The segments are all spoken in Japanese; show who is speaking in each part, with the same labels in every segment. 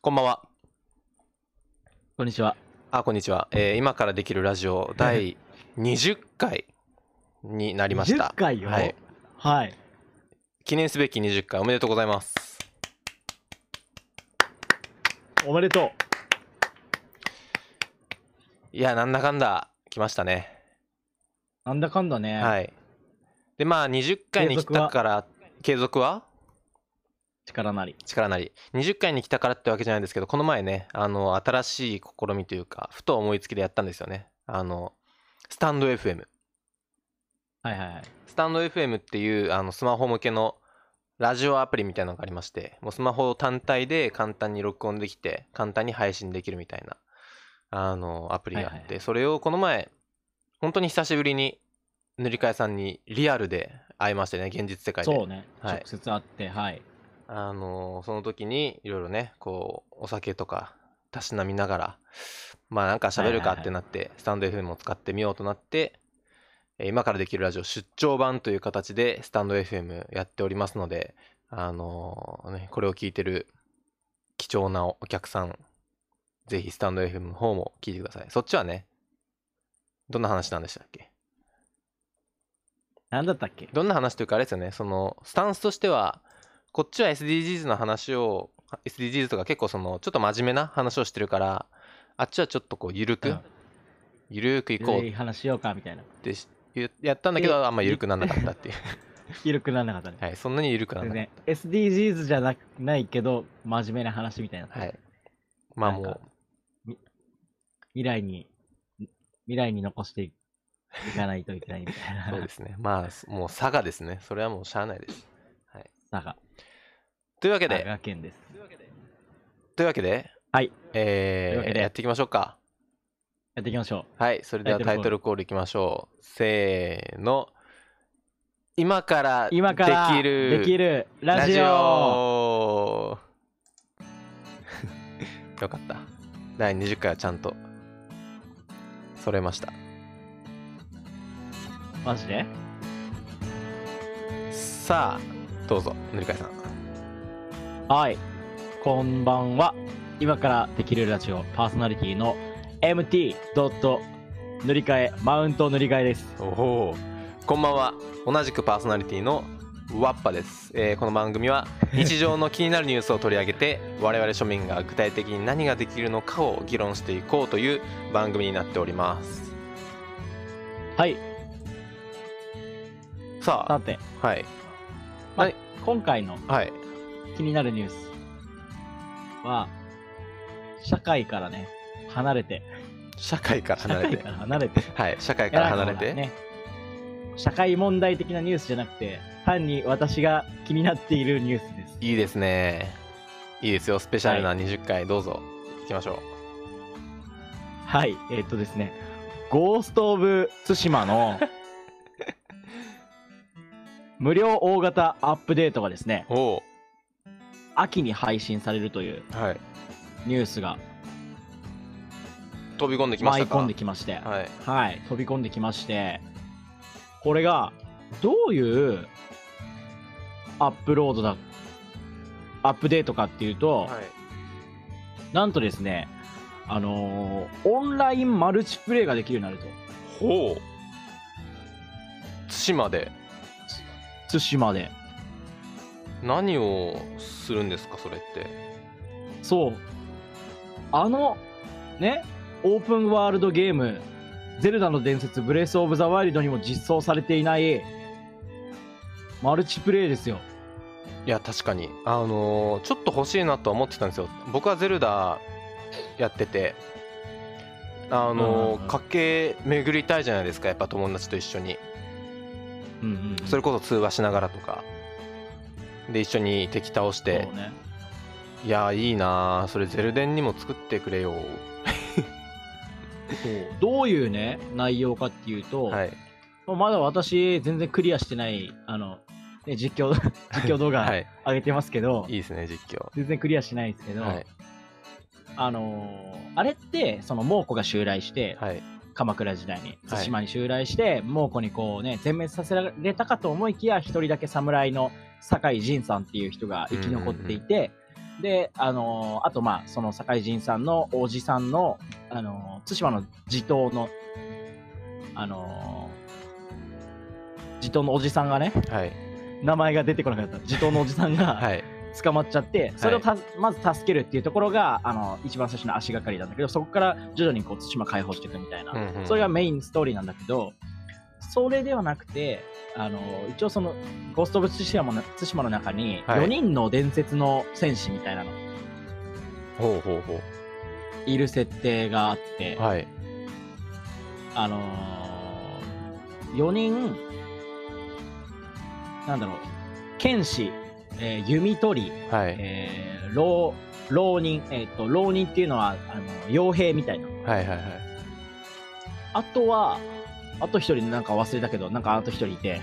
Speaker 1: こんばんは。
Speaker 2: こんにちは。
Speaker 1: あ、こんにちは。えー今からできるラジオ第20回になりました
Speaker 2: 10。回よ。
Speaker 1: は
Speaker 2: はいい。
Speaker 1: 記念すべき20回おめでとうございます。
Speaker 2: おめでと
Speaker 1: いや、なんだかんだ来ましたね。
Speaker 2: う。なんだかんだね。
Speaker 1: はい。で、まあ、20回に来たから、継続は
Speaker 2: 力なり。
Speaker 1: 力なり。20回に来たからってわけじゃないんですけど、この前ね、あの、新しい試みというか、ふと思いつきでやったんですよね。あの、スタンド FM。
Speaker 2: はいはいはい。
Speaker 1: スタンド FM っていうあのスマホ向けのラジオアプリみたいなのがありまして、もうスマホ単体で簡単に録音できて、簡単に配信できるみたいな、あの、アプリがあって、
Speaker 2: はいは
Speaker 1: それをこの前、本当に久しぶりに、塗り替えさんにリアルで会いましてね、現実世界で。
Speaker 2: そうね。
Speaker 1: はい
Speaker 2: 直接会って、はい。
Speaker 1: あのその時にいろいろねこうお酒とかたしなみながらまあなんか喋るか
Speaker 2: はいはいはい
Speaker 1: ってなって、スタンド FM を使ってみようとなって、えー今からできるラジオ出張版という形でスタンド FM やっておりますのであのねこれを聞いてる貴重なお客さんぜひスタンド FM の方も聞いてくださいそっちはねどんな話なんでしたっけ
Speaker 2: なんだったっけ
Speaker 1: どんな話というかあれですよねそのスタンスとしてはこっちは SDGs の話を SDGs とか結構そのちょっと真面目な話をしてるからあっちはちょっとこう緩く、
Speaker 2: うん
Speaker 1: 緩くい
Speaker 2: ゆ
Speaker 1: こ
Speaker 2: る
Speaker 1: うっ
Speaker 2: い話しようかみたいな。
Speaker 1: てしゆやったんだけど
Speaker 2: で
Speaker 1: あんま緩くならなかったっていう、
Speaker 2: ゆるくならなかったね。
Speaker 1: はい、そんなに緩くなら
Speaker 2: 全
Speaker 1: なかっ
Speaker 2: 然 SDGs じゃなくないけど、真面目な話みたいな。
Speaker 1: た、はい、まあも
Speaker 2: なん
Speaker 1: う
Speaker 2: か未来に、未来に残していかないといけないみたい
Speaker 1: そう
Speaker 2: な
Speaker 1: ですねまあすもう差がですねそれはもうしゃあないです
Speaker 2: 佐賀、
Speaker 1: というわけ
Speaker 2: 佐
Speaker 1: で
Speaker 2: 賀県です。
Speaker 1: というわけで
Speaker 2: はい
Speaker 1: え
Speaker 2: というわけ
Speaker 1: ー、
Speaker 2: で
Speaker 1: やっていきましょうか
Speaker 2: やっていきましょ
Speaker 1: はい、それではタ
Speaker 2: タ
Speaker 1: イ
Speaker 2: イ
Speaker 1: ト
Speaker 2: ト
Speaker 1: ル
Speaker 2: ル
Speaker 1: コールいきましょう。せーの。今から
Speaker 2: う。今から
Speaker 1: できる
Speaker 2: できるラジオ
Speaker 1: オ よかった。第20回はちゃんとそれました。
Speaker 2: マジで
Speaker 1: さあ、どうぞ、塗り替えさん。
Speaker 2: はい、こんばんは。今からできるラジオパーソナリティの MT. 塗り替え、マウント塗り替えです。
Speaker 1: おおこんばんは同じくパーソナリティのワッパです、えーこの番組 は日常の気になるニュースを取り上げて我々庶民が具体的に何ができるのかを議論していこうという番組になっております
Speaker 2: はい、さ
Speaker 1: さ
Speaker 2: て、
Speaker 1: あはい
Speaker 2: ま
Speaker 1: はい
Speaker 2: 今回の
Speaker 1: はい
Speaker 2: 気になるニュースは、社会からね、離れて、
Speaker 1: 社会から離れ
Speaker 2: 社会
Speaker 1: て
Speaker 2: から 離れて、
Speaker 1: はい社会から 離れ
Speaker 2: いや
Speaker 1: て、
Speaker 2: なんかほらね、社会問題的なニュースじゃなくて、単に私が気になっているニュースです。
Speaker 1: いいですねいいですよスペシャルな20回どうぞ行きましょ
Speaker 2: はい、えーっとですね、ゴースト・オブ・ツシ マの無料大型アップデートがですね、
Speaker 1: うお
Speaker 2: 秋に配信されるという
Speaker 1: おはい
Speaker 2: ニュースが
Speaker 1: 飛び込んできまし
Speaker 2: 舞
Speaker 1: た
Speaker 2: い
Speaker 1: か
Speaker 2: 込んできまして、
Speaker 1: はい
Speaker 2: はい、飛び込んできまして、これがどういうアップロードだ、アップデートかっていうと、
Speaker 1: はい
Speaker 2: なんとですね、あのーオンラインマルチプレイができるようになる
Speaker 1: ほう対馬で
Speaker 2: と、対馬で。
Speaker 1: 何をするんですかそれって
Speaker 2: そう。あの、ね、オープンワールドゲーム、ゼルダの伝説、ブレス・オブ・ザ・ワイルドにも実装されていない、マルチプレイですよ。
Speaker 1: いや確かにあのーちょっと欲しいなとは思ってたんですよ僕はゼルダやっててあ
Speaker 2: うん
Speaker 1: の
Speaker 2: うん
Speaker 1: ー
Speaker 2: うん
Speaker 1: 駆け巡りたいじゃないですかやっぱ友達と一緒に
Speaker 2: うんうんうん
Speaker 1: それこそ通話しながらとかで一緒に敵倒し
Speaker 2: そう
Speaker 1: て
Speaker 2: ね。
Speaker 1: いやいいなーそれゼルデンにも作ってくれよ
Speaker 2: そうどういうね、内容かっていうと、
Speaker 1: はい
Speaker 2: もうまだ私、全然クリアしてない、あの、ね、実 況、実況動
Speaker 1: は
Speaker 2: 画
Speaker 1: い
Speaker 2: 上げてますけど、
Speaker 1: いいですね実況
Speaker 2: 全然クリアしてないんですけど、
Speaker 1: はい
Speaker 2: あのーあれって、その猛虎が襲来して、
Speaker 1: はい
Speaker 2: 鎌倉時代に、
Speaker 1: はい
Speaker 2: 対馬に襲来して、猛虎にこうね、全滅させられたかと思いきや、一人だけ侍の酒井仁さんっていう人が生き残っていて、で、あのーあとまあ、その堺人さんのおじさんの、あのー対馬の地頭の、あのー地頭のおじさんがね、
Speaker 1: はい
Speaker 2: 名前が出てこなかった。地頭のおじさん が
Speaker 1: はい
Speaker 2: 捕まっちゃって、それをたまず助けるっていうところが、あの、一番最初の足がかりなんだけど、そこから徐々にこう、対馬解放していくみたいな。
Speaker 1: うんうん
Speaker 2: それがメインストーリーなんだけど、それではなくて、あの一応その、ゴースト・オブ・ツシマの対馬の中に、
Speaker 1: はい
Speaker 2: 4人の伝説の戦士みたいなの、
Speaker 1: ほうほうほ
Speaker 2: いる設定があって、
Speaker 1: うはい
Speaker 2: あのー、4人、なんだろう、剣士、えー弓取り、
Speaker 1: はい
Speaker 2: えー浪浪人、えー、と浪人っていうのはあの傭兵みたいな。
Speaker 1: はいはいはい
Speaker 2: あとは、あと一人なんか忘れたけど、なんかあと一人い て。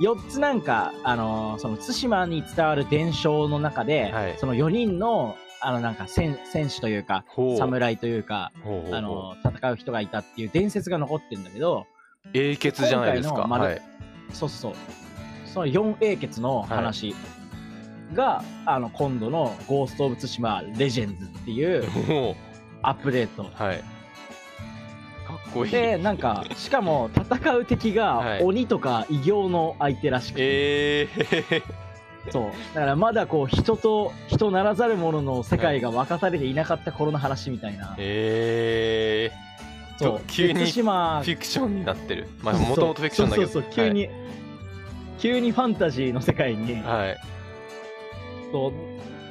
Speaker 2: 4つなんか、あのーその対馬に伝わる伝承の中で、
Speaker 1: はい
Speaker 2: その4人の、あの、なんか戦、戦士というか、
Speaker 1: ほう
Speaker 2: 侍というか、
Speaker 1: ほうほうほう
Speaker 2: あのー戦う人がいたっていう伝説が残ってるんだけど、
Speaker 1: 英傑じゃないですか
Speaker 2: 今回の
Speaker 1: はい
Speaker 2: そうそう。その 4A 決の話が、あの、今度のゴースト・オブ・ツシマ・レジェンズっていう
Speaker 1: ほ
Speaker 2: アップデート。
Speaker 1: う はいかっこいい
Speaker 2: で、なんか、しかも戦う敵が
Speaker 1: はい
Speaker 2: 鬼とか異形の相手らしくて、
Speaker 1: えー、
Speaker 2: そう。だからまだこう、人と、人ならざる者の世界が分かされていなかった頃の話みたいな。
Speaker 1: え
Speaker 2: そう。
Speaker 1: 急に
Speaker 2: で対馬
Speaker 1: ー、フィクションになってるまあもともとフィクションだけど
Speaker 2: そうそうそう急に、急にファンタジーの世界に、
Speaker 1: はい、はい
Speaker 2: そ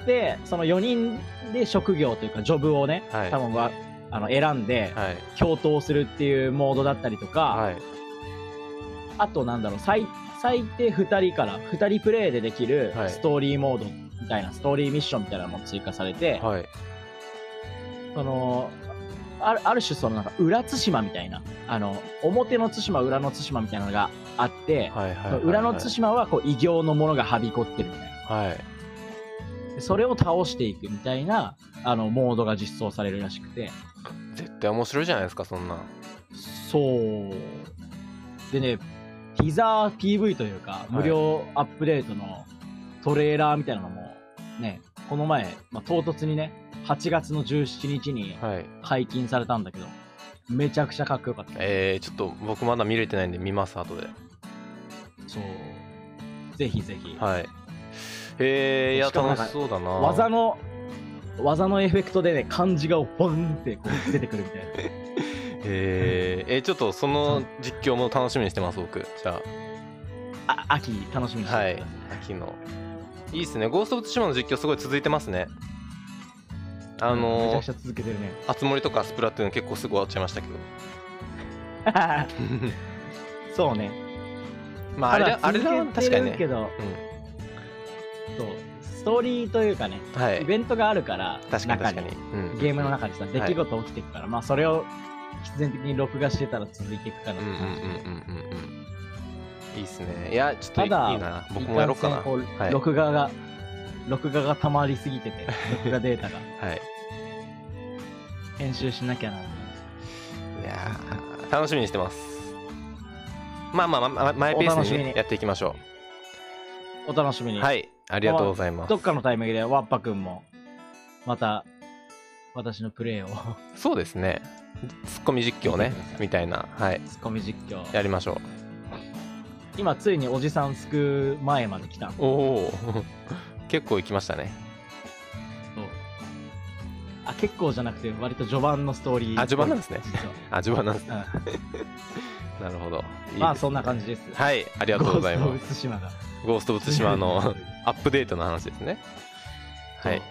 Speaker 2: うでその4人で職業というかジョブをね、
Speaker 1: はい
Speaker 2: 多分はあの選んで
Speaker 1: はい
Speaker 2: 共闘するっていうモードだったりとか、
Speaker 1: はい
Speaker 2: あとなんだろう最最低2人から2人プレイでできる
Speaker 1: はい
Speaker 2: ストーリーモードみたいな、ストーリーミッションみたいなのも追加されて、
Speaker 1: はい
Speaker 2: そのあるある種そのなんか裏対馬みたいなあの表の対馬裏の対馬みたいなのがあって、
Speaker 1: はいはいはいはい
Speaker 2: 裏の対馬はこう異形のものがはびこってるみたいな。
Speaker 1: はい
Speaker 2: それを倒していくみたいなあのモードが実装されるらしくて
Speaker 1: 絶対面白いじゃないですかそんなん
Speaker 2: そうでねティザー PV というか
Speaker 1: い
Speaker 2: 無料アップデートのトレーラーみたいなのもねこの前、まあ、唐突にね8月の17日に
Speaker 1: はい
Speaker 2: 解禁されたんだけどめちゃくちゃかっこよかった
Speaker 1: えー、ちょっと僕まだ見れてないんで見ます後で
Speaker 2: そうぜひぜひ、
Speaker 1: はいえー、いや
Speaker 2: しかもなんか
Speaker 1: 楽しそうだな
Speaker 2: 技の技のエフェクトでね漢字がボンってこう出てくるみたいな
Speaker 1: えー、えーちょっとその実況も楽しみにしてます僕じゃ
Speaker 2: あ秋楽しみにして
Speaker 1: あは
Speaker 2: てく
Speaker 1: い
Speaker 2: ださい
Speaker 1: 秋のいいっすね「ゴースト・オブ・ツシマ」の実況すごい続いてますねあ
Speaker 2: めちゃ
Speaker 1: の
Speaker 2: くちゃ続けてるね。
Speaker 1: あつ森とかスプラトゥーン結構すぐ終わっちゃいましたけど
Speaker 2: そうね。
Speaker 1: まああれだあれだ
Speaker 2: 続け
Speaker 1: 確か
Speaker 2: て
Speaker 1: に
Speaker 2: るけ
Speaker 1: ね
Speaker 2: ど、そう、ストーリーというかね、
Speaker 1: は
Speaker 2: イ
Speaker 1: い
Speaker 2: ベントがあるから、
Speaker 1: 確かに確かに
Speaker 2: 中
Speaker 1: うん
Speaker 2: ゲームの中でさ、出来事起きていくから、まあそれを必然的に録画してたら続いていくかな
Speaker 1: うん
Speaker 2: っ
Speaker 1: うん
Speaker 2: て
Speaker 1: うん
Speaker 2: 感じ。
Speaker 1: うんうんうんいいっすねいやちょっといい
Speaker 2: ただ
Speaker 1: いいな僕もやろうかない
Speaker 2: かんせんこう
Speaker 1: はい
Speaker 2: 録画が、録画が溜まりすぎてて、録画データが。
Speaker 1: はい
Speaker 2: 編集しなきゃな。
Speaker 1: いやー楽しみにしてますまあまあまあまマイペ
Speaker 2: お
Speaker 1: ー
Speaker 2: 楽
Speaker 1: ス
Speaker 2: しみ
Speaker 1: に
Speaker 2: に
Speaker 1: ねやっていきましょ
Speaker 2: お楽しみ
Speaker 1: う
Speaker 2: に。
Speaker 1: はいありがとうございます
Speaker 2: どっかのタイミングでワッパくんも、また、私のプレイを、
Speaker 1: そうですねツッコミ実況
Speaker 2: 聞い
Speaker 1: ね
Speaker 2: てください
Speaker 1: みたいなはい
Speaker 2: ツッコミ実況。
Speaker 1: やりましょ
Speaker 2: 今ついにおじさん救う前まで来た
Speaker 1: うおお 結構いきましたね
Speaker 2: あ結構じゃなくて割と序盤のストーリー
Speaker 1: あ序盤なんですね
Speaker 2: 実
Speaker 1: あ序盤なんです
Speaker 2: は
Speaker 1: なるほどいいです
Speaker 2: うん、まあそんな感じですいあ
Speaker 1: はいありがとうございます
Speaker 2: す島が
Speaker 1: ゴースト・オブ・ツシマのアップデートの話ですねはい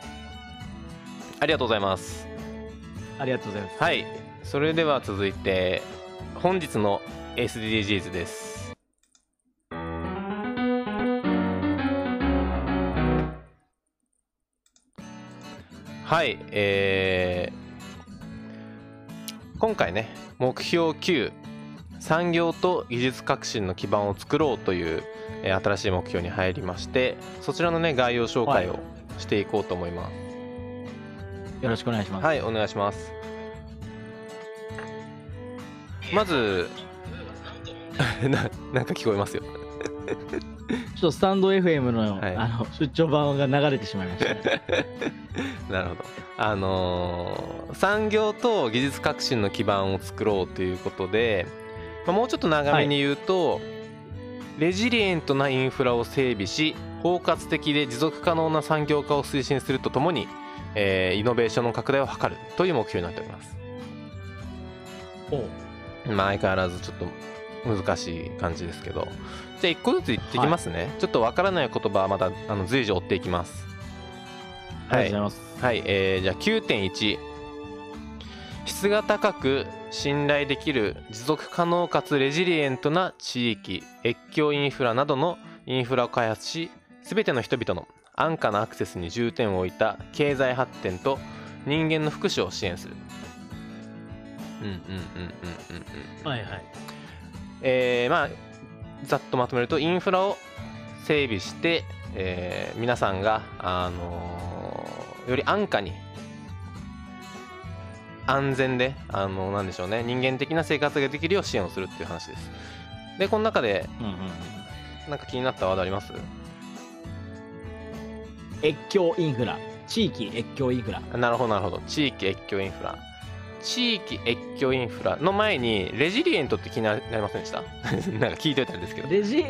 Speaker 1: ありがとうございます
Speaker 2: ありがとうございます
Speaker 1: はいそれでは続いて本日の SDGs ですはいえー今回ね目標9産業と技術革新の基盤を作ろうという、えー新しい目標に入りましてそちらのね概要紹介をしていこうと思います、
Speaker 2: よろしくお願いします、
Speaker 1: はい、お願いします。まず、ななんか聞こえますよ。
Speaker 2: っとスタンド FM の,、
Speaker 1: はい
Speaker 2: あの出張版が流れてしまいましたね、
Speaker 1: なるほど。あのー産業と技術革新の基盤を作ろうということで、まあもうちょっと長めに言うと、レジリエントなインフラを整備し、包括的で持続可能な産業化を推進するとともに、えーイノベーションの拡大を図るという目標になっております。
Speaker 2: おう
Speaker 1: まあ、相変わらずちょっと難しい感じですけどじゃあ一個ずつ言ってきますね、ちょっとわからない言葉はまたあの随時追っていきます
Speaker 2: あ
Speaker 1: は
Speaker 2: りがとうご
Speaker 1: い
Speaker 2: ざい、ます、
Speaker 1: はいえーじゃあ9.1質が高く信頼できる持続可能かつレジリエントな地域越境インフラなどのインフラを開発し全ての人々の安価なアクセスに重点を置いた経済発展と人間の福祉を支援するうんうんうんうんうんうん
Speaker 2: はいはい
Speaker 1: えーまあざっとまとめるとインフラを整備して、えー皆さんが、あのーより安価に安全で、あのーなんでしょうね人間的な生活ができるよう支援をするっていう話ですでこの中で
Speaker 2: うんうんうん
Speaker 1: なんか気になったワードあります
Speaker 2: 越境インフラ地域越境インフラ
Speaker 1: なるほどなるほど地域越境インフラ地域越境インフラの前にレジリエントって気になりませんでした なんか聞いといたんですけど
Speaker 2: レ ジ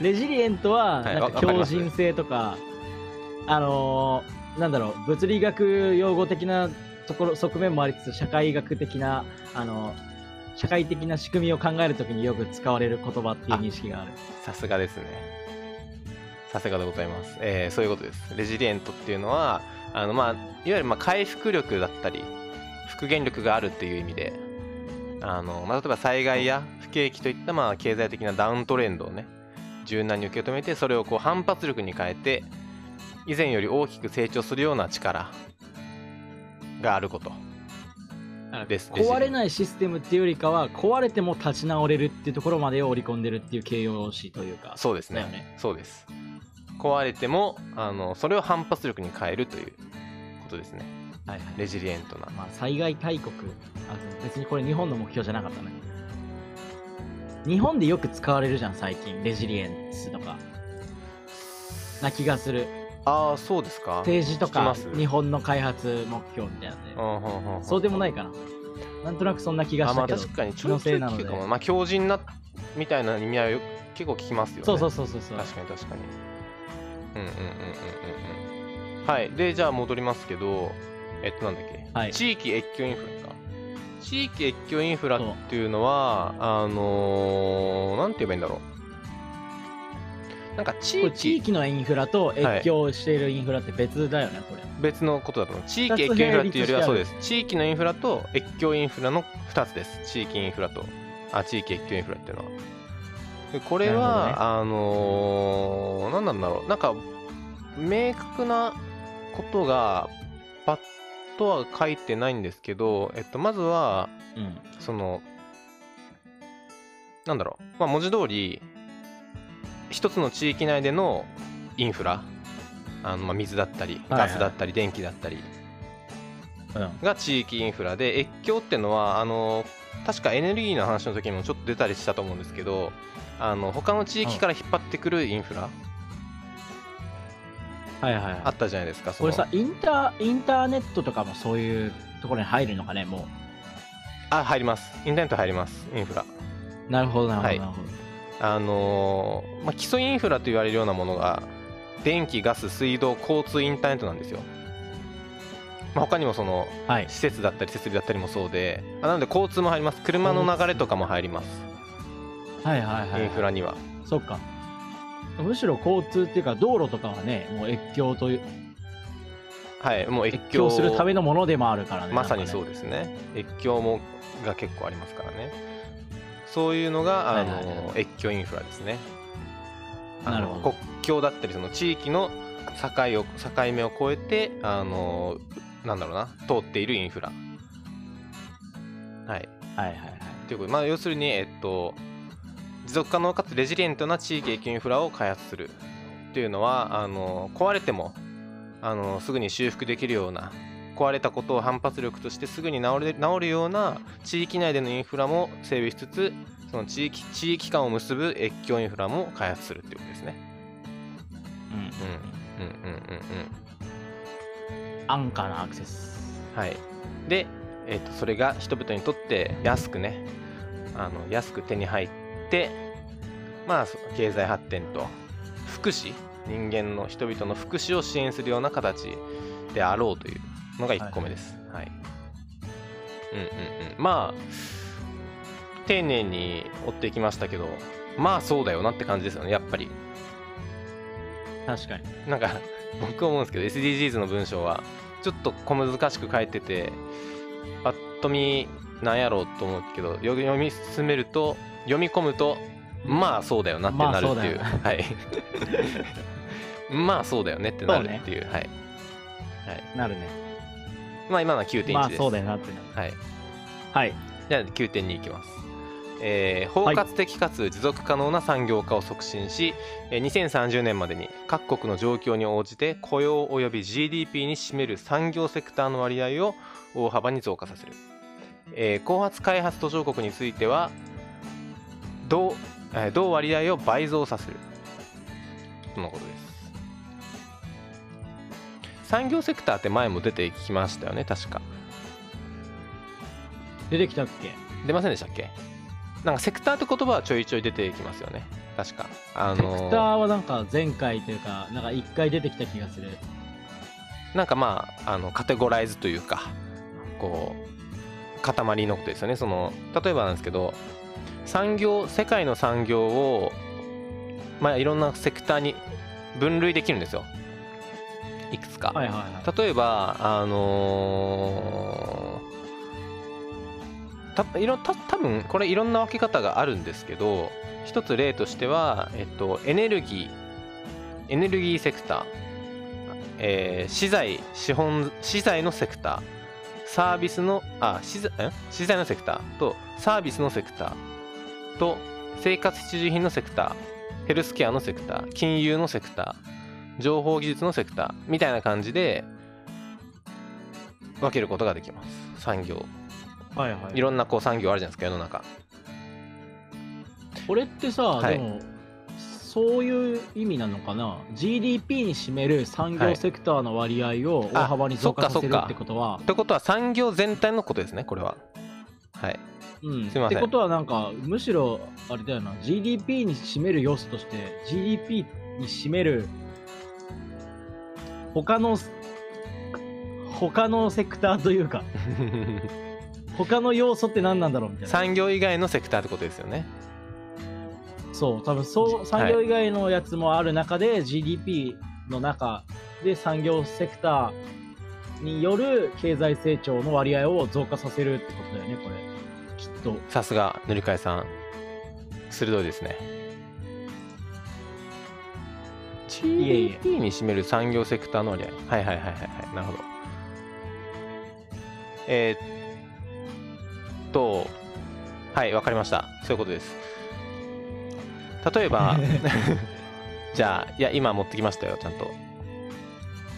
Speaker 2: レジリエントは
Speaker 1: はい
Speaker 2: なん
Speaker 1: わ
Speaker 2: か
Speaker 1: わかり
Speaker 2: 強
Speaker 1: ます
Speaker 2: 靭性とか,、あのーなんだろう物理学用語的なところ側面もありつつ社会学的なあのー社会的な仕組みを考えるときによく使われる言葉っていう認識がある
Speaker 1: さすがですね。さすがでございます。えーそういうことです。レジリエントっていうのは、あのまあ、いわゆるまあ回復力だったり、復元力があるっていう意味で、あのまあ、例えば災害や不景気といったまあ経済的なダウントレンドをね、柔軟に受け止めて、それをこう反発力に変えて、以前より大きく成長するような力があること。です
Speaker 2: 壊れないシステムっていうよりかは壊れても立ち直れるっていうところまでを織り込んでるっていう形容詞というか
Speaker 1: そうです
Speaker 2: だよ
Speaker 1: ね。
Speaker 2: ね
Speaker 1: そうです壊れてもあのそれを反発力に変えるということですね
Speaker 2: はいはい
Speaker 1: レジリエントな
Speaker 2: まあ、災害大国あ別にこれ日本の目標じゃなかったね日本でよく使われるじゃん最近レジリエンスとかな気がする
Speaker 1: ああそうですか
Speaker 2: 政治と
Speaker 1: 聞き
Speaker 2: か
Speaker 1: ます
Speaker 2: 日本の開発目標みたいなん
Speaker 1: う
Speaker 2: で
Speaker 1: んうんうん
Speaker 2: そうでもないかななんとなくそんな気が
Speaker 1: あ
Speaker 2: し
Speaker 1: ま
Speaker 2: た
Speaker 1: あ
Speaker 2: けど、
Speaker 1: 確かに
Speaker 2: 気
Speaker 1: ちょ
Speaker 2: の
Speaker 1: いち
Speaker 2: せ
Speaker 1: ょ
Speaker 2: い
Speaker 1: い
Speaker 2: な
Speaker 1: 聞
Speaker 2: ので
Speaker 1: くかもまあ強靭なみたいな意味合いを結構聞きますよね
Speaker 2: そうそうそうそうそう
Speaker 1: 確かに確かにうんうんうんうんうんうんはいでじゃあ戻りますけどえっとなんだっけ、
Speaker 2: はい
Speaker 1: 地域越境インフラか地域越境インフラっていうのはあのー、なんて言えばいいんだろうなんか地
Speaker 2: これ
Speaker 1: 域
Speaker 2: 地域のインフラと越境しているインフラって別だよねこれ
Speaker 1: 別のことだと思う地域
Speaker 2: 二つ
Speaker 1: 越境インフラっていうよりはそ
Speaker 2: 並
Speaker 1: うで
Speaker 2: 立
Speaker 1: す地域のインフラと越境インフラの2つです地域インフラとあ地域越境インフラっていうのはでこれは、あのー、何なんだろうなんか明確なことがパッとは書いてないんですけど、えっと、まずは
Speaker 2: うん
Speaker 1: そのなんだろう、まあ、文字通り一つの地域内でのインフラあのまあ水だったり
Speaker 2: はいは
Speaker 1: ガ
Speaker 2: い
Speaker 1: スだったり電気だったり
Speaker 2: うん
Speaker 1: が地域インフラで越境ってのはあの確かエネルギーの話の時にもちょっと出たりしたと思うんですけどあの他の地域から引っ張ってくるインフラ
Speaker 2: はいはいはい
Speaker 1: あったじゃないですかそ
Speaker 2: こ
Speaker 1: の
Speaker 2: れさインターインターネットとかもそういうところに入るのかねも
Speaker 1: あ入りますインターネット入りますインフラ
Speaker 2: うなるほどなるほ
Speaker 1: は
Speaker 2: ど
Speaker 1: い
Speaker 2: なるほど、
Speaker 1: あのーまあ、基礎インフラと言われるようなものが電気ガス水道交通インターネットなんですよ、まあ、他にもその
Speaker 2: はい
Speaker 1: 施設だったり設備だったりもそうであなので交通も入ります車の流れとかも入ります
Speaker 2: はいはいはい、はい、
Speaker 1: インフラには
Speaker 2: そっかむしろ交通っていうか道路とかはねもう越境という
Speaker 1: はいもう
Speaker 2: 越
Speaker 1: 越境
Speaker 2: 境するためのものでもあるからね
Speaker 1: まさにそう
Speaker 2: で
Speaker 1: ですね越境もが結構ありますからねそういうのが、あの
Speaker 2: はいはいは
Speaker 1: 越境インフラですねあの
Speaker 2: なるほど
Speaker 1: 国境だったりその地域の境を境目を越えてあのなんだろうな通っているインフラはい
Speaker 2: はいはいはい
Speaker 1: ということでまあ要するにえっと持続可能かつレジリエントな地域越境インフラを開発するっていうのはあの壊れてもあのすぐに修復できるような壊れたことを反発力としてすぐに治れ治るような地域内でのインフラも整備しつつその地域地域間を結ぶ越境インフラも開発するってことですね。
Speaker 2: うん
Speaker 1: うんうんうんうんうん。
Speaker 2: 安価なアクセス
Speaker 1: はい。で、えっとそれが人々にとって安くね、あの安く手に入って、まあそ経済発展と福祉、人間の人々の福祉を支援するような形であろうというのが1個目です。はい。うんうんうん。まあ丁寧に追っていきましたけど、まあそうだよなって感じですよね。やっぱり。
Speaker 2: 確かに
Speaker 1: なんか僕思うんですけど SDGs の文章はちょっと小難しく書いててぱっと見なんやろうと思うけどよ読み進めると読み込むとまあそうだよなって
Speaker 2: まあ
Speaker 1: なるっていう,、
Speaker 2: そう
Speaker 1: はい まあそうだよねってなるっていうはい
Speaker 2: なるね
Speaker 1: まあ今のは9.1です、
Speaker 2: まあそうだよなってなる
Speaker 1: はい
Speaker 2: はい
Speaker 1: じゃあ9.2いきます、えー包括的かつ持続可能な産業化を促進し、えー2030年までに各国の状況に応じて雇用及び GDP に占める産業セクターの割合を大幅に増加させる、えー後発開発途上国については同,、えー同割合を倍増させるとのことです産業セクターって前も出てきましたよね確か
Speaker 2: 出てきたっけ
Speaker 1: 出ませんでしたっけなんかセクターって言葉はちょいちょい出てきますよね確かあ
Speaker 2: セクタ
Speaker 1: の
Speaker 2: ーはなんか前回というかなんか一回出てきた気がする
Speaker 1: なんかまああのカテゴライズというかこう塊のことですよねその例えばなんですけど産業世界の産業をまあいろんなセクターに分類できるんですよいくつか、
Speaker 2: はいはいは
Speaker 1: 例えばあのーたいろた多分これいろんな分け方があるんですけど一つ例としては、えっと、エネルギーエネルギーセクター、えー資材資本資材のセクターサービスのあ資材ん資材のセクターとサービスのセクターと生活必需品のセクターヘルスケアのセクター金融のセクター情報技術のセクターみたいな感じで分けることができます産業
Speaker 2: いはいはい
Speaker 1: いろんなこう産業あるじゃないですか世の中
Speaker 2: これってさ、
Speaker 1: はい
Speaker 2: でもそういう意味なのかな GDP に占める産
Speaker 1: は
Speaker 2: 業
Speaker 1: い
Speaker 2: セクターの割合を大幅に増加させるってことは、
Speaker 1: ってことは産業全体のことですねこれははい
Speaker 2: うん、っ
Speaker 1: すいませ
Speaker 2: て
Speaker 1: ん
Speaker 2: ことはなんかむしろあれだよな GDP に占める要素として GDP に占める他の他のセクターというか他の要素って何なんだろうみたいな
Speaker 1: 産業以外のセクターってことですよね
Speaker 2: そう多分そう産業以外のやつもある中で、GDP の中で産業セクターによる経済成長の割合を増加させるってことだよねこれきっと
Speaker 1: さすが塗り替えさん鋭いですね
Speaker 2: いえいえ
Speaker 1: GDP に占める産業セクターの割合はいはいはいはいはいなるほどえーっとはいわかりましたそういうことです例え ばじゃあいや今持ってきましたよちゃんと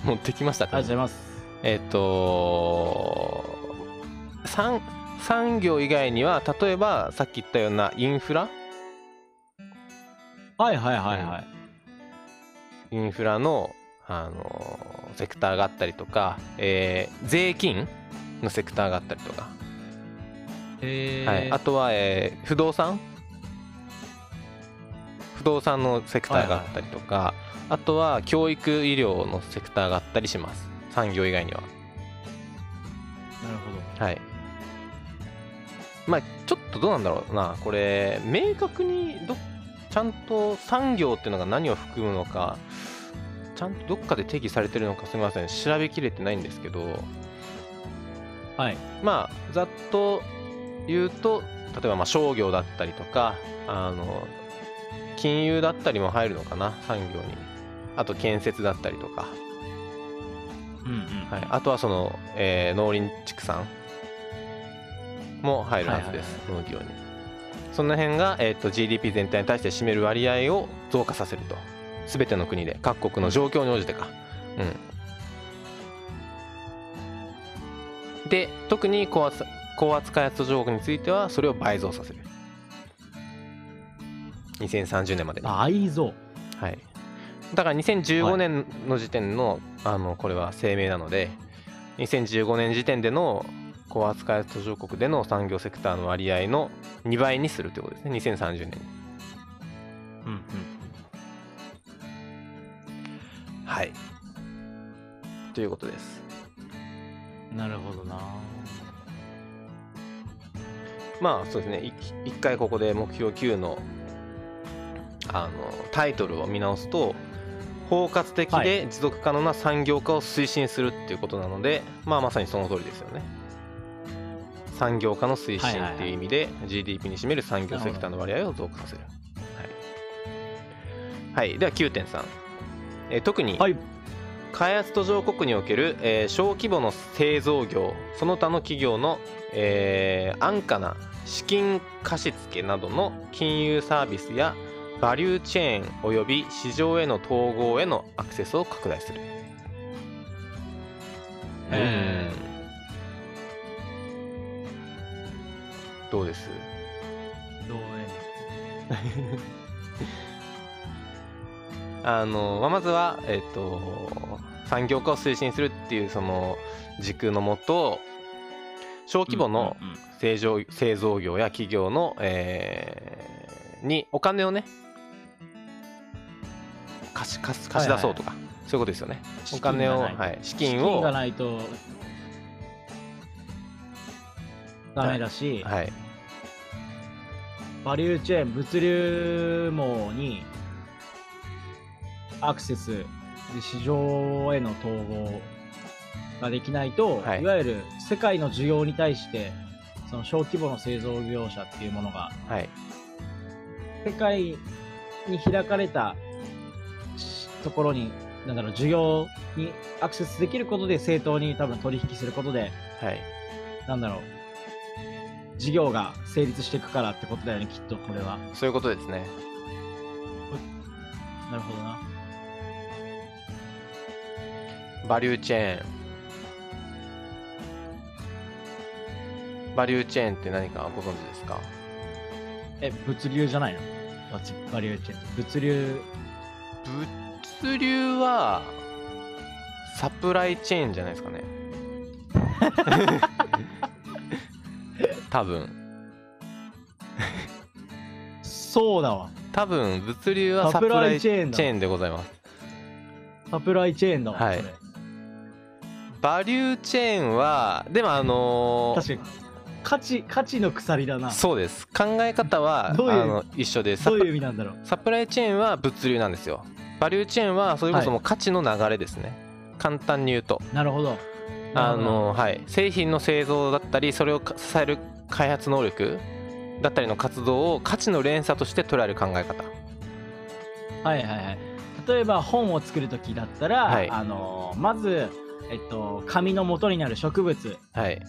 Speaker 1: 持ってきました
Speaker 2: あ
Speaker 1: か
Speaker 2: りがとうございます
Speaker 1: えっと産産業以外には例えばさっき言ったようなインフラ
Speaker 2: はいはいはいはい、
Speaker 1: インフラの、あのセクターがあったりとか、えー税金のセクターがあったりとか、
Speaker 2: え
Speaker 1: はい、あとは、えー不動産不動産のセクターがあったりとか、あとは教育医療のセクターがあったりします産業以外には。
Speaker 2: なるほど
Speaker 1: はい。まあ、ちょっとどうなんだろうな、これ、明確にど、ちゃんと産業っていうのが何を含むのか、ちゃんとどっかで定義されてるのか、すみません、調べきれてないんですけど、
Speaker 2: はい
Speaker 1: まあ、ざっと言うと、例えばまあ商業だったりとか、あの、金融だったりも入るのかな、産業に。あと、建設だったりとか、
Speaker 2: うんうん
Speaker 1: はい、あとはその、えー農林畜産も入るはずです、農業にその辺が、えー、と GDP 全体に対して占める割合を増加させると全ての国で各国の状況に応じてかうんで特に高圧高圧開発途上国についてはそれを倍増させる2030年までに
Speaker 2: 倍増。
Speaker 1: はい、だから2015年の時点の,、あのこれは声明なので2015年時点での高扱い途上国での産業セクターの割合の2倍にするということですね2030年に
Speaker 2: うんうん。
Speaker 1: はいということです
Speaker 2: なるほどな。
Speaker 1: まあそうですね1回ここで目標9のあのタイトルを見直すと包括的
Speaker 2: は
Speaker 1: で持続可能な産業化を推進するっていうことなので、まあまさにその通りですよね産業化の推進っていう意味で GDP に占める産業セクターの割合を増加させるはい、はい、では9.3、えー特に
Speaker 2: はい。
Speaker 1: 開発途上国における、えー小規模の製造業その他の企業の、えー安価な資金貸付などの金融サービスやバリューチェーンおよび市場への統合へのアクセスを拡大する
Speaker 2: え
Speaker 1: うんどうです
Speaker 2: どうえ
Speaker 1: あの、まあまずは、えっと、産業化を推進するっていうその軸のもと小規模の
Speaker 2: うんうん
Speaker 1: 製造製造業や企業の、えーにお金をね貸し貸す貸し出そうとか、そういうことですよねお金を
Speaker 2: 資金がない
Speaker 1: はい、資
Speaker 2: 資
Speaker 1: 金
Speaker 2: 金
Speaker 1: を
Speaker 2: がないとダメだし、
Speaker 1: はい、
Speaker 2: バリューチェーン物流網にアクセスで市場への統合ができないと、
Speaker 1: はい
Speaker 2: い、わゆる世界の需要に対してその小規模の製造業者っていうものが
Speaker 1: はい、
Speaker 2: 世界に開かれたしところに、なんだろう、需要にアクセスできることで、正当に多分取引することで、
Speaker 1: はい、
Speaker 2: なんだろう、事業が成立していくからってことだよね、きっとこれは。
Speaker 1: そういうことですね
Speaker 2: なるほどな。
Speaker 1: バリューチェーンバリューチェーンって何かご存知ですか
Speaker 2: え、物流じゃないのバチバリューチェーン。物流、
Speaker 1: 物流はサプライチェーンじゃないですかね 多分
Speaker 2: そうだわ。
Speaker 1: 多分物流はサ
Speaker 2: サ
Speaker 1: プ
Speaker 2: プ
Speaker 1: ラ
Speaker 2: ラ
Speaker 1: イ
Speaker 2: イ
Speaker 1: チ
Speaker 2: チ
Speaker 1: ェー
Speaker 2: ェー
Speaker 1: ン
Speaker 2: ンだ
Speaker 1: でございます
Speaker 2: サプライチェーンだわ、
Speaker 1: はい
Speaker 2: それ
Speaker 1: バリューチェーンはでもあのー
Speaker 2: 確かに、価値、価値の鎖だな。
Speaker 1: そうです考え方は
Speaker 2: どういう
Speaker 1: あの一緒です
Speaker 2: どういう意味なんだろう。
Speaker 1: サプライチェーンは物流なんですよバリューチェーンはそれこそもう価値の流れですね、簡単に言うと
Speaker 2: なるほど。
Speaker 1: あのはい、製品の製造だったりそれをか支える開発能力だったりの活動を価値の連鎖として捉える考え方
Speaker 2: はいはいはい例えば本を作る時だったら、
Speaker 1: はい
Speaker 2: あのまず、えっと、紙の元になる植物
Speaker 1: はい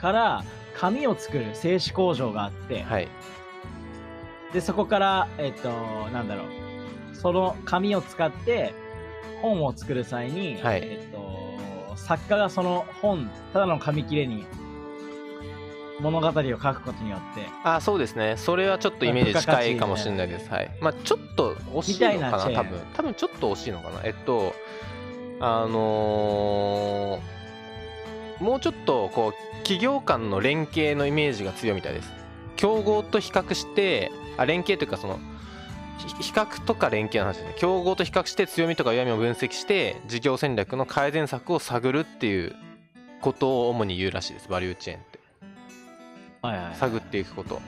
Speaker 2: から紙を作る製紙工場があって、
Speaker 1: はい
Speaker 2: でそこからえっとなんだろうその紙を使って本を作る際に、
Speaker 1: はい
Speaker 2: えっと、作家がその本ただの紙切れに物語を書くことによって
Speaker 1: あそうですねそれはちょっとイメージ近いかもしれないです、はいまあちょっと惜しいのかな
Speaker 2: みたいなチェーン
Speaker 1: 多分多分ちょっと惜しいのかなえっとあのーもうちょっとこう企業間の連携のイメージが強いみたいです競合と比較してあ連携というかそのひ比較とか連携の話ですね競合と比較して強みとか弱みを分析して事業戦略の改善策を探るっていうことを主に言うらしいですバリューチェーンって
Speaker 2: はいはいはい
Speaker 1: 探っていくこと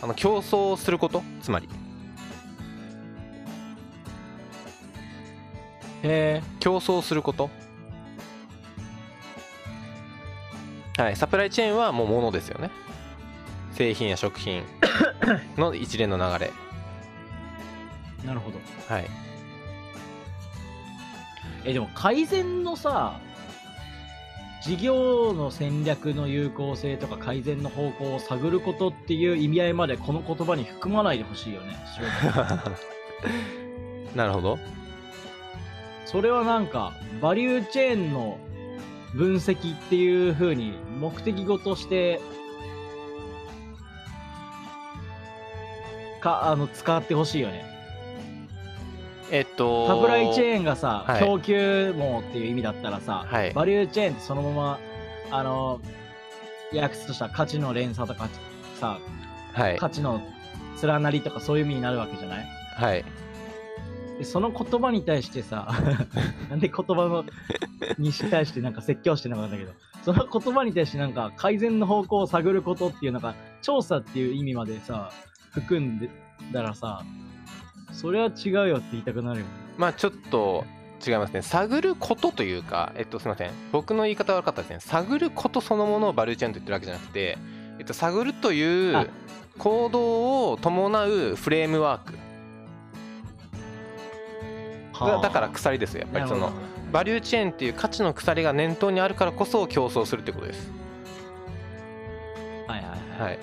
Speaker 1: あの競争することつまり
Speaker 2: へ
Speaker 1: 競争することはいサプライチェーンはもうものですよね製品や食品の一連の流れ
Speaker 2: えなるほど
Speaker 1: はい
Speaker 2: えでも改善のさ事業の戦略の有効性とか改善の方向を探ることっていう意味合いまでこの言葉に含まないでほしいよね正直
Speaker 1: なるほど
Speaker 2: それはなんかバリューチェーンの分析っていう風に目的語としてかあの使ってほしいよね
Speaker 1: えっと
Speaker 2: サプライチェーンがさ、
Speaker 1: はい
Speaker 2: 供給網っていう意味だったらさ、
Speaker 1: はい
Speaker 2: バリューチェーンってそのままあの訳すとしたら価値の連鎖とかさ
Speaker 1: はい
Speaker 2: 価値の連なりとかそういう意味になるわけじゃない
Speaker 1: はい
Speaker 2: でその言葉に対して さなんで言葉のに対してなんか説教してなかったんだけどその言葉に対してなんか改善の方向を探ることっていうなんか調査っていう意味までさ含んでたらさそれは違うよって言いたくなるよね
Speaker 1: まあちょっと違いますね探ることというかえっとすいません僕の言い方悪かったですね探ることそのものをバリューチェーンと言ってるわけじゃなくて、えっと、探るとい
Speaker 2: あ
Speaker 1: う行動を伴うフレームワーク
Speaker 2: は
Speaker 1: だ
Speaker 2: あ
Speaker 1: だから鎖ですよやっぱりそ
Speaker 2: な
Speaker 1: の
Speaker 2: るほど
Speaker 1: バリューチェーンっていう価値の鎖が念頭にあるからこそ競争するってことです
Speaker 2: はいはいはい、
Speaker 1: はい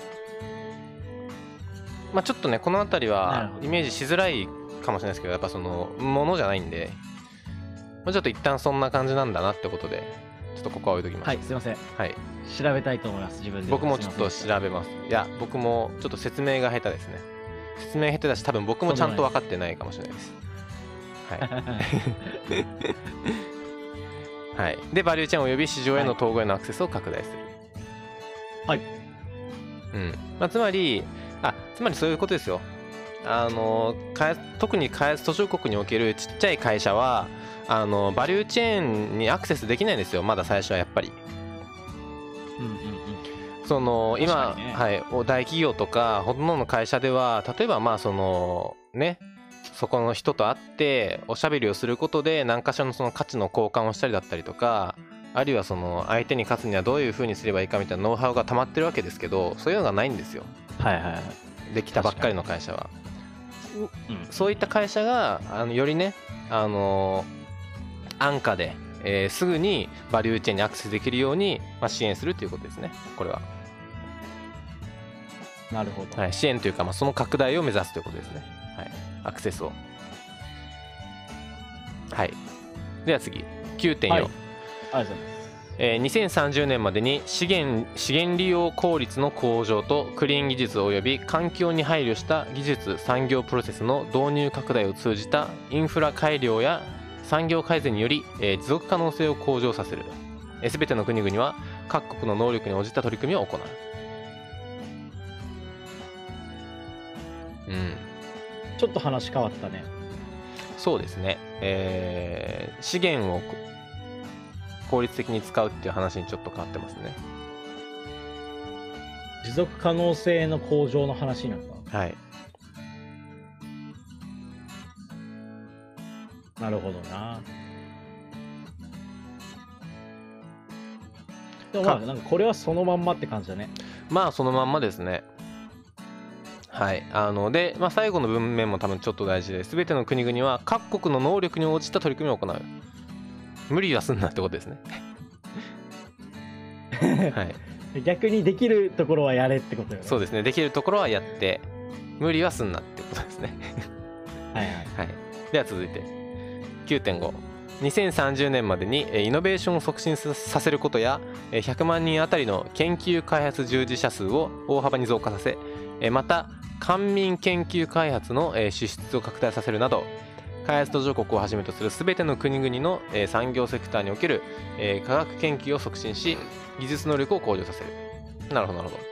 Speaker 1: まあちょっとねこの辺り
Speaker 2: なる
Speaker 1: は
Speaker 2: ほど
Speaker 1: イメージしづらいかもしれないですけどやっぱそのものじゃないんでまあちょっと一旦そんな感じなんだなってことでちょっとここは置いときまし
Speaker 2: は
Speaker 1: ょ
Speaker 2: い、すいません
Speaker 1: うはい
Speaker 2: 調べたいと思います自分で
Speaker 1: 僕もちょっと
Speaker 2: すいま
Speaker 1: 調べますいや僕もちょっと説明が下手ですね説明下手だし多分僕もちゃんと分かってないかもしれないですはい、
Speaker 2: せん
Speaker 1: はい、でバリューチェーンおよび市場への統合へのアクセスを拡大する
Speaker 2: はい
Speaker 1: うんまあ、つまりあつまりそういうことですよあの開発特に開発途上国におけるちっちゃい会社はあのバリューチェーンにアクセスできないんですよまだ最初はやっぱり
Speaker 2: うんうんうん
Speaker 1: その今、
Speaker 2: 確かにね
Speaker 1: はい、お大企業とかほとんどの会社では例えばまあそのねそこの人と会っておしゃべりをすることで何かしらのその価値の交換をしたりだったりとかあるいはその相手に勝つにはどういうふうにすればいいかみたいなノウハウが溜まってるわけですけどそういうのがないんですよ
Speaker 2: はいはいはい
Speaker 1: できたばっかりの会社は
Speaker 2: うん
Speaker 1: そういった会社があのよりねあの安価で、えーすぐにバリューチェーンにアクセスできるように、まあ、支援するということですねこれは。
Speaker 2: なるほど、
Speaker 1: はい、支援というか、まあ、その拡大を目指すということですね。はい、アクセスを。はい。では次、9.4、
Speaker 2: はいありがとうございます
Speaker 1: えー2030年までに資源資源利用効率の向上とクリーン技術及び環境に配慮した技術産業プロセスの導入拡大を通じたインフラ改良や産業改善により、えー持続可能性を向上させるすべての国々は各国の能力に応じた取り組みを行ううん
Speaker 2: ちょっと話変わったね
Speaker 1: そうですね、えー資源をこ効率的に使うっていう話にちょっと変わってますね
Speaker 2: 持続可能性の向上の話になった
Speaker 1: はい
Speaker 2: なるほどな。でもまあ、
Speaker 1: か
Speaker 2: なんかこれはそのまんまって感じだね。
Speaker 1: まあそのまんまですね。はい、あので、まあ、最後の文面も多分ちょっと大事で全ての国々は各国の能力に応じた取り組みを行う無理はすんなってことですねはい
Speaker 2: 逆にできるところはやれってことよね。
Speaker 1: そうですねできるところはやって無理はすんなってことですね
Speaker 2: はいはい。
Speaker 1: はい、では続いて9.5 2030年までにえーイノベーションを促進ささせることやえー100万人あたりの研究開発従事者数を大幅に増加させえーまた官民研究開発のえー支出を拡大させるなど開発途上国をはじめとする全ての国々のえー産業セクターにおけるえー科学研究を促進し技術能力を向上させるなるほどなるほど、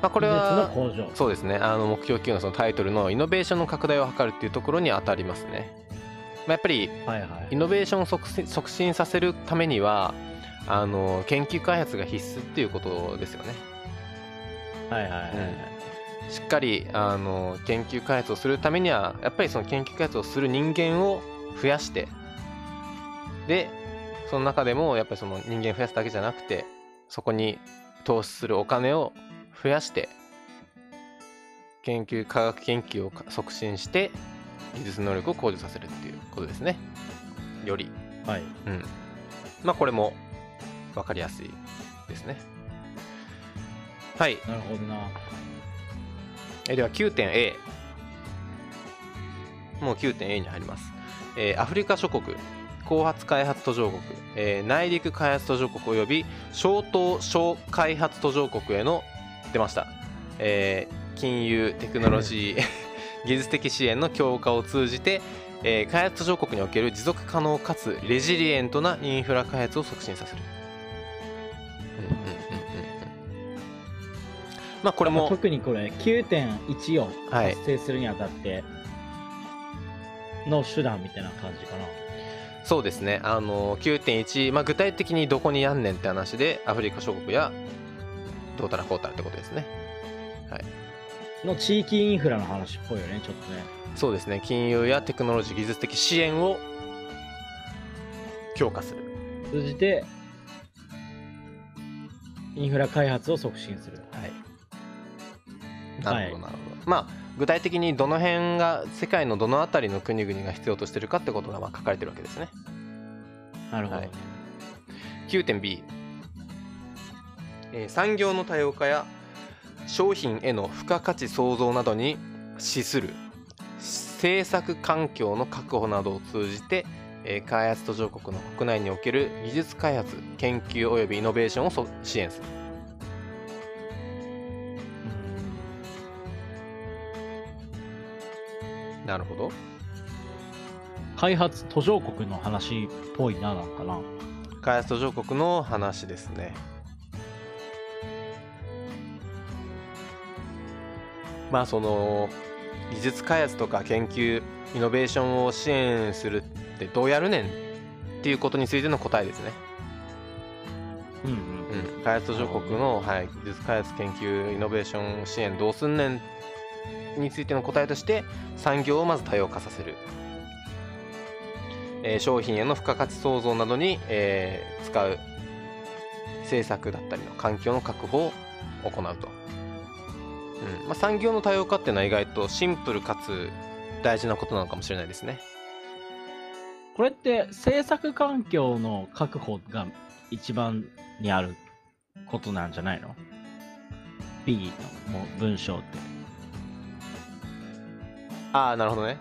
Speaker 1: まあ、これは
Speaker 2: 技術の向上。
Speaker 1: そうですねあの目標級のそのタイトルのイノベーションの拡大を図るっていうところに当たりますね、まあ、やっぱり
Speaker 2: はいは
Speaker 1: イ
Speaker 2: い。
Speaker 1: ノベーションを促進促進させるためにはあの研究開発が必須っていうことですよね
Speaker 2: はいはいはいはい。
Speaker 1: しっかりあの研究開発をするためにはやっぱりその研究開発をする人間を増やしてでその中でもやっぱりその人間増やすだけじゃなくてそこに投資するお金を増やして研究科学研究を促進して技術能力を向上させるっていうことですねより
Speaker 2: はい。
Speaker 1: うん、まあこれも分かりやすいですねはい
Speaker 2: なるほどな。
Speaker 1: えーでは 9.A もう 9.A に入ります、えーアフリカ諸国後発開発途上国、えー内陸開発途上国および小島小開発途上国への出ました、えー金融テクノロジー技術的支援の強化を通じて、えー開発途上国における持続可能かつレジリエントなインフラ開発を促進させる。うんうんうんうんうんまあこれ
Speaker 2: まあ
Speaker 1: も
Speaker 2: 特にこれ9.14
Speaker 1: はい
Speaker 2: 達成するにあたっての手段みたいな感じかな、
Speaker 1: そうですね、あの9.1、まあ、具体的にどこにやんねんって話で、アフリカ諸国やどうたらこうたらってことですね。
Speaker 2: の地域インフラの話っぽいよねちょっとね
Speaker 1: そうですね、金融やテクノロジー、技術的支援を強化する。
Speaker 2: 通じてインフラ開発を促進する
Speaker 1: はい、
Speaker 2: は
Speaker 1: ないるほど、なるほど。まあ、具体的にどの辺が、世界のどのあたりの国々が必要としてるかってことがまあ書かれてるわけですね。
Speaker 2: なるほど、
Speaker 1: はい 9.B、えー産業の多様化や商品への付加価値創造などに資する政策環境の確保などを通じて、えー開発途上国の国内における技術開発研究及びイノベーションをそ支援するなるほど
Speaker 2: 開発途上国の話っぽいななんかな
Speaker 1: 開発途上国の話ですねまあその技術開発とか研究イノベーションを支援するってどうやるねんっていうことについての答えですね、
Speaker 2: うん
Speaker 1: うん、開発途上国の、はい、技術開発研究イノベーション支援どうすんねんについての答えとして産業をまず多様化させる、えー商品への付加価値創造などに、えー使う政策だったりの環境の確保を行うと、うんまあ、産業の多様化っていうのは意外とシンプルかつ大事なことなのかもしれないですね
Speaker 2: これって制作環境の確保が一番にあることなんじゃないの ?B の文章って。
Speaker 1: ああなるほどね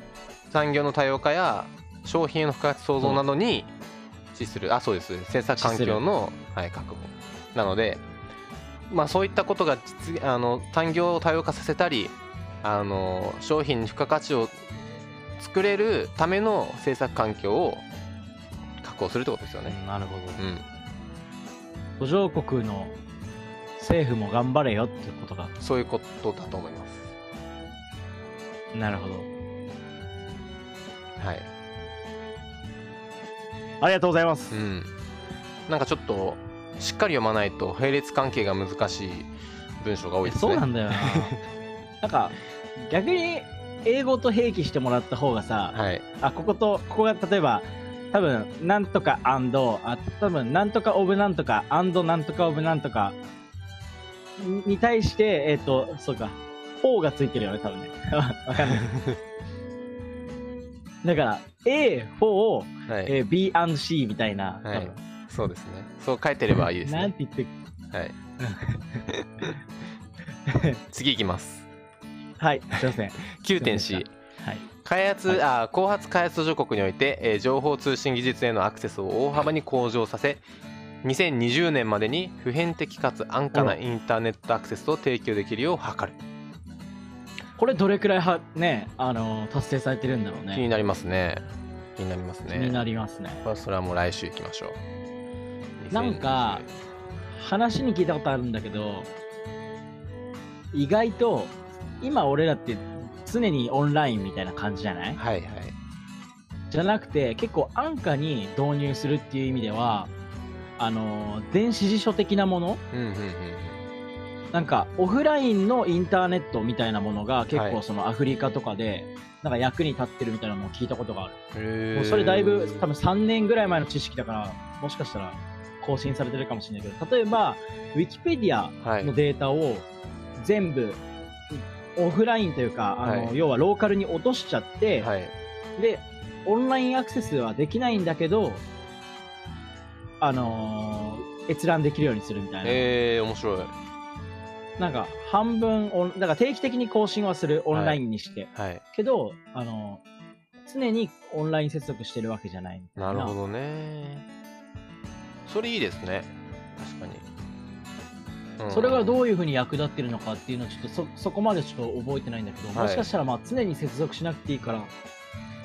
Speaker 1: 産業の多様化や商品への付加価値創造などに資するあそうです制作環境の、はい、確保なのでまあそういったことが実あの産業を多様化させたりあの商品に付加価値を作れるための制作環境を確保するってことですよね、
Speaker 2: なるほ
Speaker 1: うん、
Speaker 2: ど。途上国の政府も頑張れよってことが。
Speaker 1: そういうことだと思います
Speaker 2: なるほど。
Speaker 1: はい
Speaker 3: ありがとうございます
Speaker 1: う。ん、なんかちょっとしっかり読まないと並列関係が難しい文章が多いですね。
Speaker 2: そうなんだよな。なんか逆に英語と併記してもらった方がさ、
Speaker 1: はい、
Speaker 2: あこことここが例えば多分なんとか and あ多分なんとかオブなんとか and なんとかオブなんとかにに対してえっ、とそうか o がついてるよね多分ね わかんないだから A4 を、
Speaker 1: はい
Speaker 2: えー B and C みたいな、
Speaker 1: はい
Speaker 2: 多分
Speaker 1: そうですね。そう書いてればいいです
Speaker 2: なん
Speaker 1: ね。
Speaker 2: て言って
Speaker 1: はい、次いきます。
Speaker 2: はいすいませ ん
Speaker 1: 9.C
Speaker 2: はい
Speaker 1: 開発、
Speaker 2: はい
Speaker 1: あ後発開発途上国において、えー情報通信技術へのアクセスを大幅に向上させ2020年までに普遍的かつ安価なインターネットアクセスを提供できるよう図る、
Speaker 2: これどれくらいはねあのー達成されてるんだろう
Speaker 1: 気に
Speaker 2: ね
Speaker 1: なりますね気になります
Speaker 2: 気
Speaker 1: ね
Speaker 2: になりますね
Speaker 1: まあそれはもう来週行きましょう。
Speaker 2: なんか話に聞いたことあるんだけど意外と今俺らって常にオンラインみたいな感じじゃな
Speaker 1: 2020
Speaker 2: い
Speaker 1: はいはい。
Speaker 2: じゃなくて結構安価に導入するっていう意味ではあのー電子辞書的なもの
Speaker 1: うんうんうん
Speaker 2: なんかオフラインのインターネットみたいなものが結
Speaker 1: は
Speaker 2: 構
Speaker 1: い
Speaker 2: そのアフリカとかでなんか役に立ってるみたいなのを聞いたことがある、
Speaker 1: うん。
Speaker 2: もうそれだいぶ多分3年ぐらい前の知識だからもしかしたら更新されてるかもしれないけど例えばウィキペディア
Speaker 1: はい
Speaker 2: のデータを全部オフラインというか、あの
Speaker 1: は
Speaker 2: 要はローカルに落としちゃって、
Speaker 1: はい
Speaker 2: でオンラインアクセスはできないんだけど、あのー閲覧できるようにするみたいな、
Speaker 1: えー、面白い。
Speaker 2: なんか半分オン、だから定期的に更新はする、オンラインにして、
Speaker 1: はい。
Speaker 2: けど、あのー常にオンライン接続してるわけじゃないみた
Speaker 1: な
Speaker 2: い
Speaker 1: るほどね。それいいですね。確かに。うん
Speaker 2: それがどういうふうに役立ってるのかっていうのはちょっとそそこまでちょっと覚えてないんだけど、
Speaker 1: はい
Speaker 2: もしかしたらまあ常に接続しなくていいから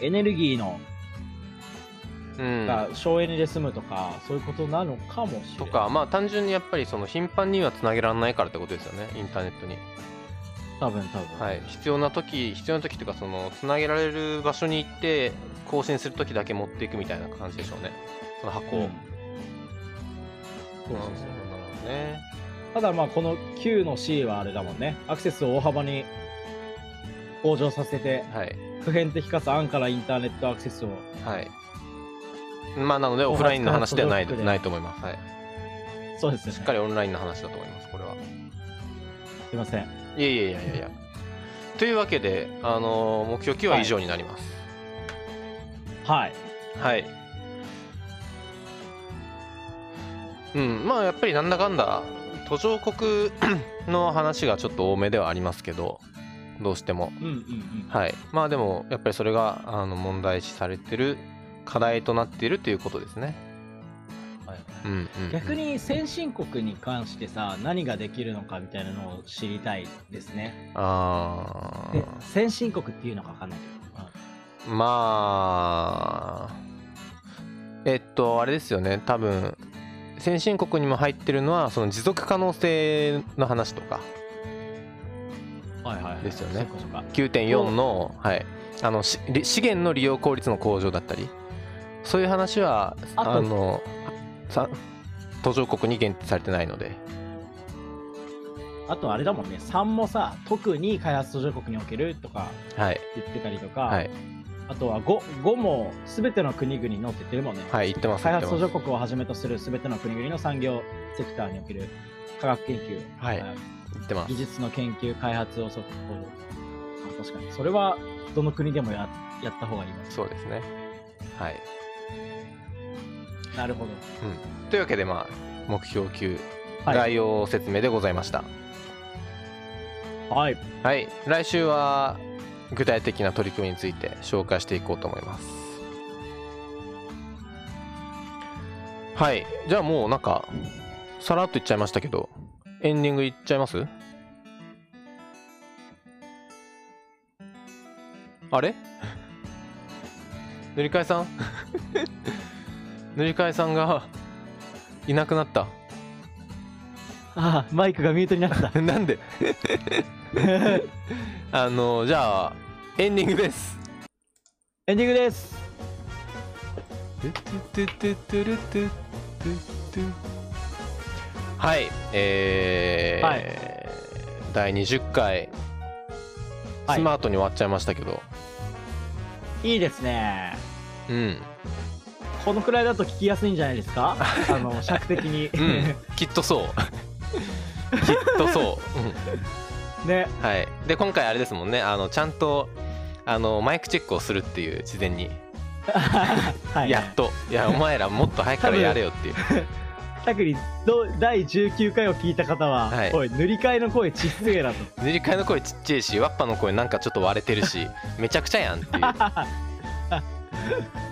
Speaker 2: エネルギーの、
Speaker 1: うん
Speaker 2: が省エネで済むとかそういうことなのかもしれない。
Speaker 1: とかまあ単純にやっぱりその頻繁にはつなげられないからってことですよねインターネットに、
Speaker 2: 多分多分。
Speaker 1: はい、必要な時必要な時っていうかそのつなげられる場所に行って更新する時だけ持っていくみたいな感じでしょうねその箱を、
Speaker 2: うんそう
Speaker 1: う
Speaker 2: そうそう
Speaker 1: んなるほどね
Speaker 2: ただまあこの Q の C はあれだもんねアクセスを大幅に向上させて
Speaker 1: はい
Speaker 2: 普遍的かつ安価なインターネットアクセスを
Speaker 1: はいまあなのでオフラインの話ではない
Speaker 2: オフラインの話
Speaker 1: ないと思います、はい、
Speaker 2: そうですね
Speaker 1: しっかりオンラインの話だと思いますこれは
Speaker 2: すいません
Speaker 1: いやいやいやいやいやというわけで、あの目標 Q は以上になります、
Speaker 2: はい
Speaker 1: はい。うん、まあやっぱりなんだかんだ途上国 の話がちょっと多めではありますけどどうしても
Speaker 2: うんうんうん
Speaker 1: はいまあでもやっぱりそれがあの問題視されてる課題となっているということですね
Speaker 2: はい
Speaker 1: うんうん、うん
Speaker 2: 逆に先進国に関してさ何ができるのかみたいなのを知りたいですね
Speaker 1: あ
Speaker 2: で先進国っていうのか分かんないけ
Speaker 1: あ
Speaker 2: ど
Speaker 1: まあえっとあれですよね多分先進国にも入ってるのはその持続可能性の話とか
Speaker 2: うんはいはいはい
Speaker 1: ですよね
Speaker 2: そっかそっか
Speaker 1: 9.4の,、はい、あのしり資源の利用効率の向上だったりそういう話は
Speaker 2: あと
Speaker 1: あのさ途上国に限定されてないので
Speaker 2: あとあれだもんね3もさ特に開発途上国におけるとか
Speaker 1: はい
Speaker 2: 言ってたりとか、
Speaker 1: はい、
Speaker 2: あとは 5, 5も全ての国々のって言ってるもんね、
Speaker 1: はい、言ってます
Speaker 2: 開
Speaker 1: 言って
Speaker 2: 発
Speaker 1: ま
Speaker 2: 途
Speaker 1: す
Speaker 2: 上国をはじめとする全ての国々の産業セクターにおける科学研究、
Speaker 1: はい
Speaker 2: あ
Speaker 1: 言ってます
Speaker 2: 技術の研究開発を即行動あ確かにそれはどの国でもややった方がいいです
Speaker 1: そうですねはい
Speaker 2: なるほど
Speaker 1: というわけでまあ目標級
Speaker 2: はい
Speaker 1: 概要説明でございました
Speaker 2: はい
Speaker 1: はい、来週は具体的な取り組みについて紹介していこうと思いますはいじゃあもうなんかさらっと言っちゃいましたけどエンディングいっちゃいますあれ 塗り替えさん 塗り替えさんが いなくなった
Speaker 2: ああマイクがミュートに なった
Speaker 1: なんであのじゃあエンディングです
Speaker 2: エンディングです
Speaker 1: はいえー
Speaker 2: は
Speaker 1: 第20回
Speaker 2: はい
Speaker 1: スマートに終わっちゃいましたけど、
Speaker 2: いいですね
Speaker 1: うん
Speaker 2: このくらいだと聞きやすいんじゃないですか あの尺的に、
Speaker 1: うんきっとそうきっとそう、うん
Speaker 2: ね
Speaker 1: はい、で今回あれですもんねあのちゃんとあのマイクチェックをするっていう事前に
Speaker 2: はい
Speaker 1: やっとい やお前らもっと早くからやれよっていう
Speaker 2: たくにどう第19回を聞いた方は、
Speaker 1: はい
Speaker 2: おい塗り替えの声ちっすげえなと
Speaker 1: 塗り替えの声ちっちゃいしワッパの声なんかちょっと割れてるしめちゃくちゃやんっていう、は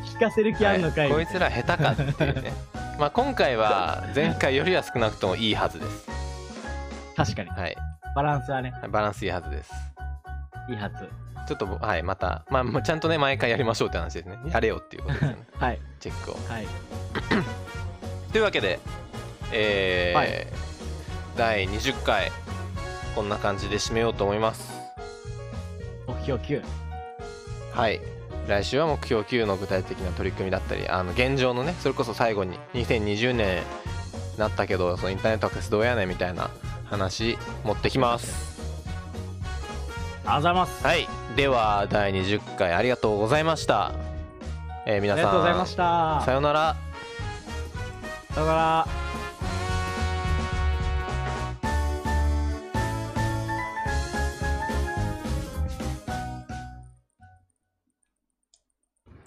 Speaker 2: 聞かせる気あんのかい、
Speaker 1: い、こいつら下手かっていう ねまあ今回は前回よりは少なくともいいはずです
Speaker 2: 確かに
Speaker 1: はい
Speaker 2: バランスはね
Speaker 1: バランスいいはずです
Speaker 2: いいはず
Speaker 1: ちょっとはいまた、まあまあ、ちゃんとね毎回やりましょうって話ですねやれよっていうことです よね
Speaker 2: はい
Speaker 1: チェックを
Speaker 2: はい
Speaker 1: というわけでえー
Speaker 2: は
Speaker 1: 第20回こんな感じで締めようと思います
Speaker 2: 目標9
Speaker 1: はい来週は目標9の具体的な取り組みだったりあの現状のねそれこそ最後に2020年なったけどそのインターネットアクセスどうやねんみたいな話持ってきます
Speaker 2: あざます
Speaker 1: はいでは第20回ありがとうございました、えー
Speaker 2: あ
Speaker 1: 皆
Speaker 2: り
Speaker 1: さん
Speaker 2: がとうございました
Speaker 1: さようなら
Speaker 2: さようなら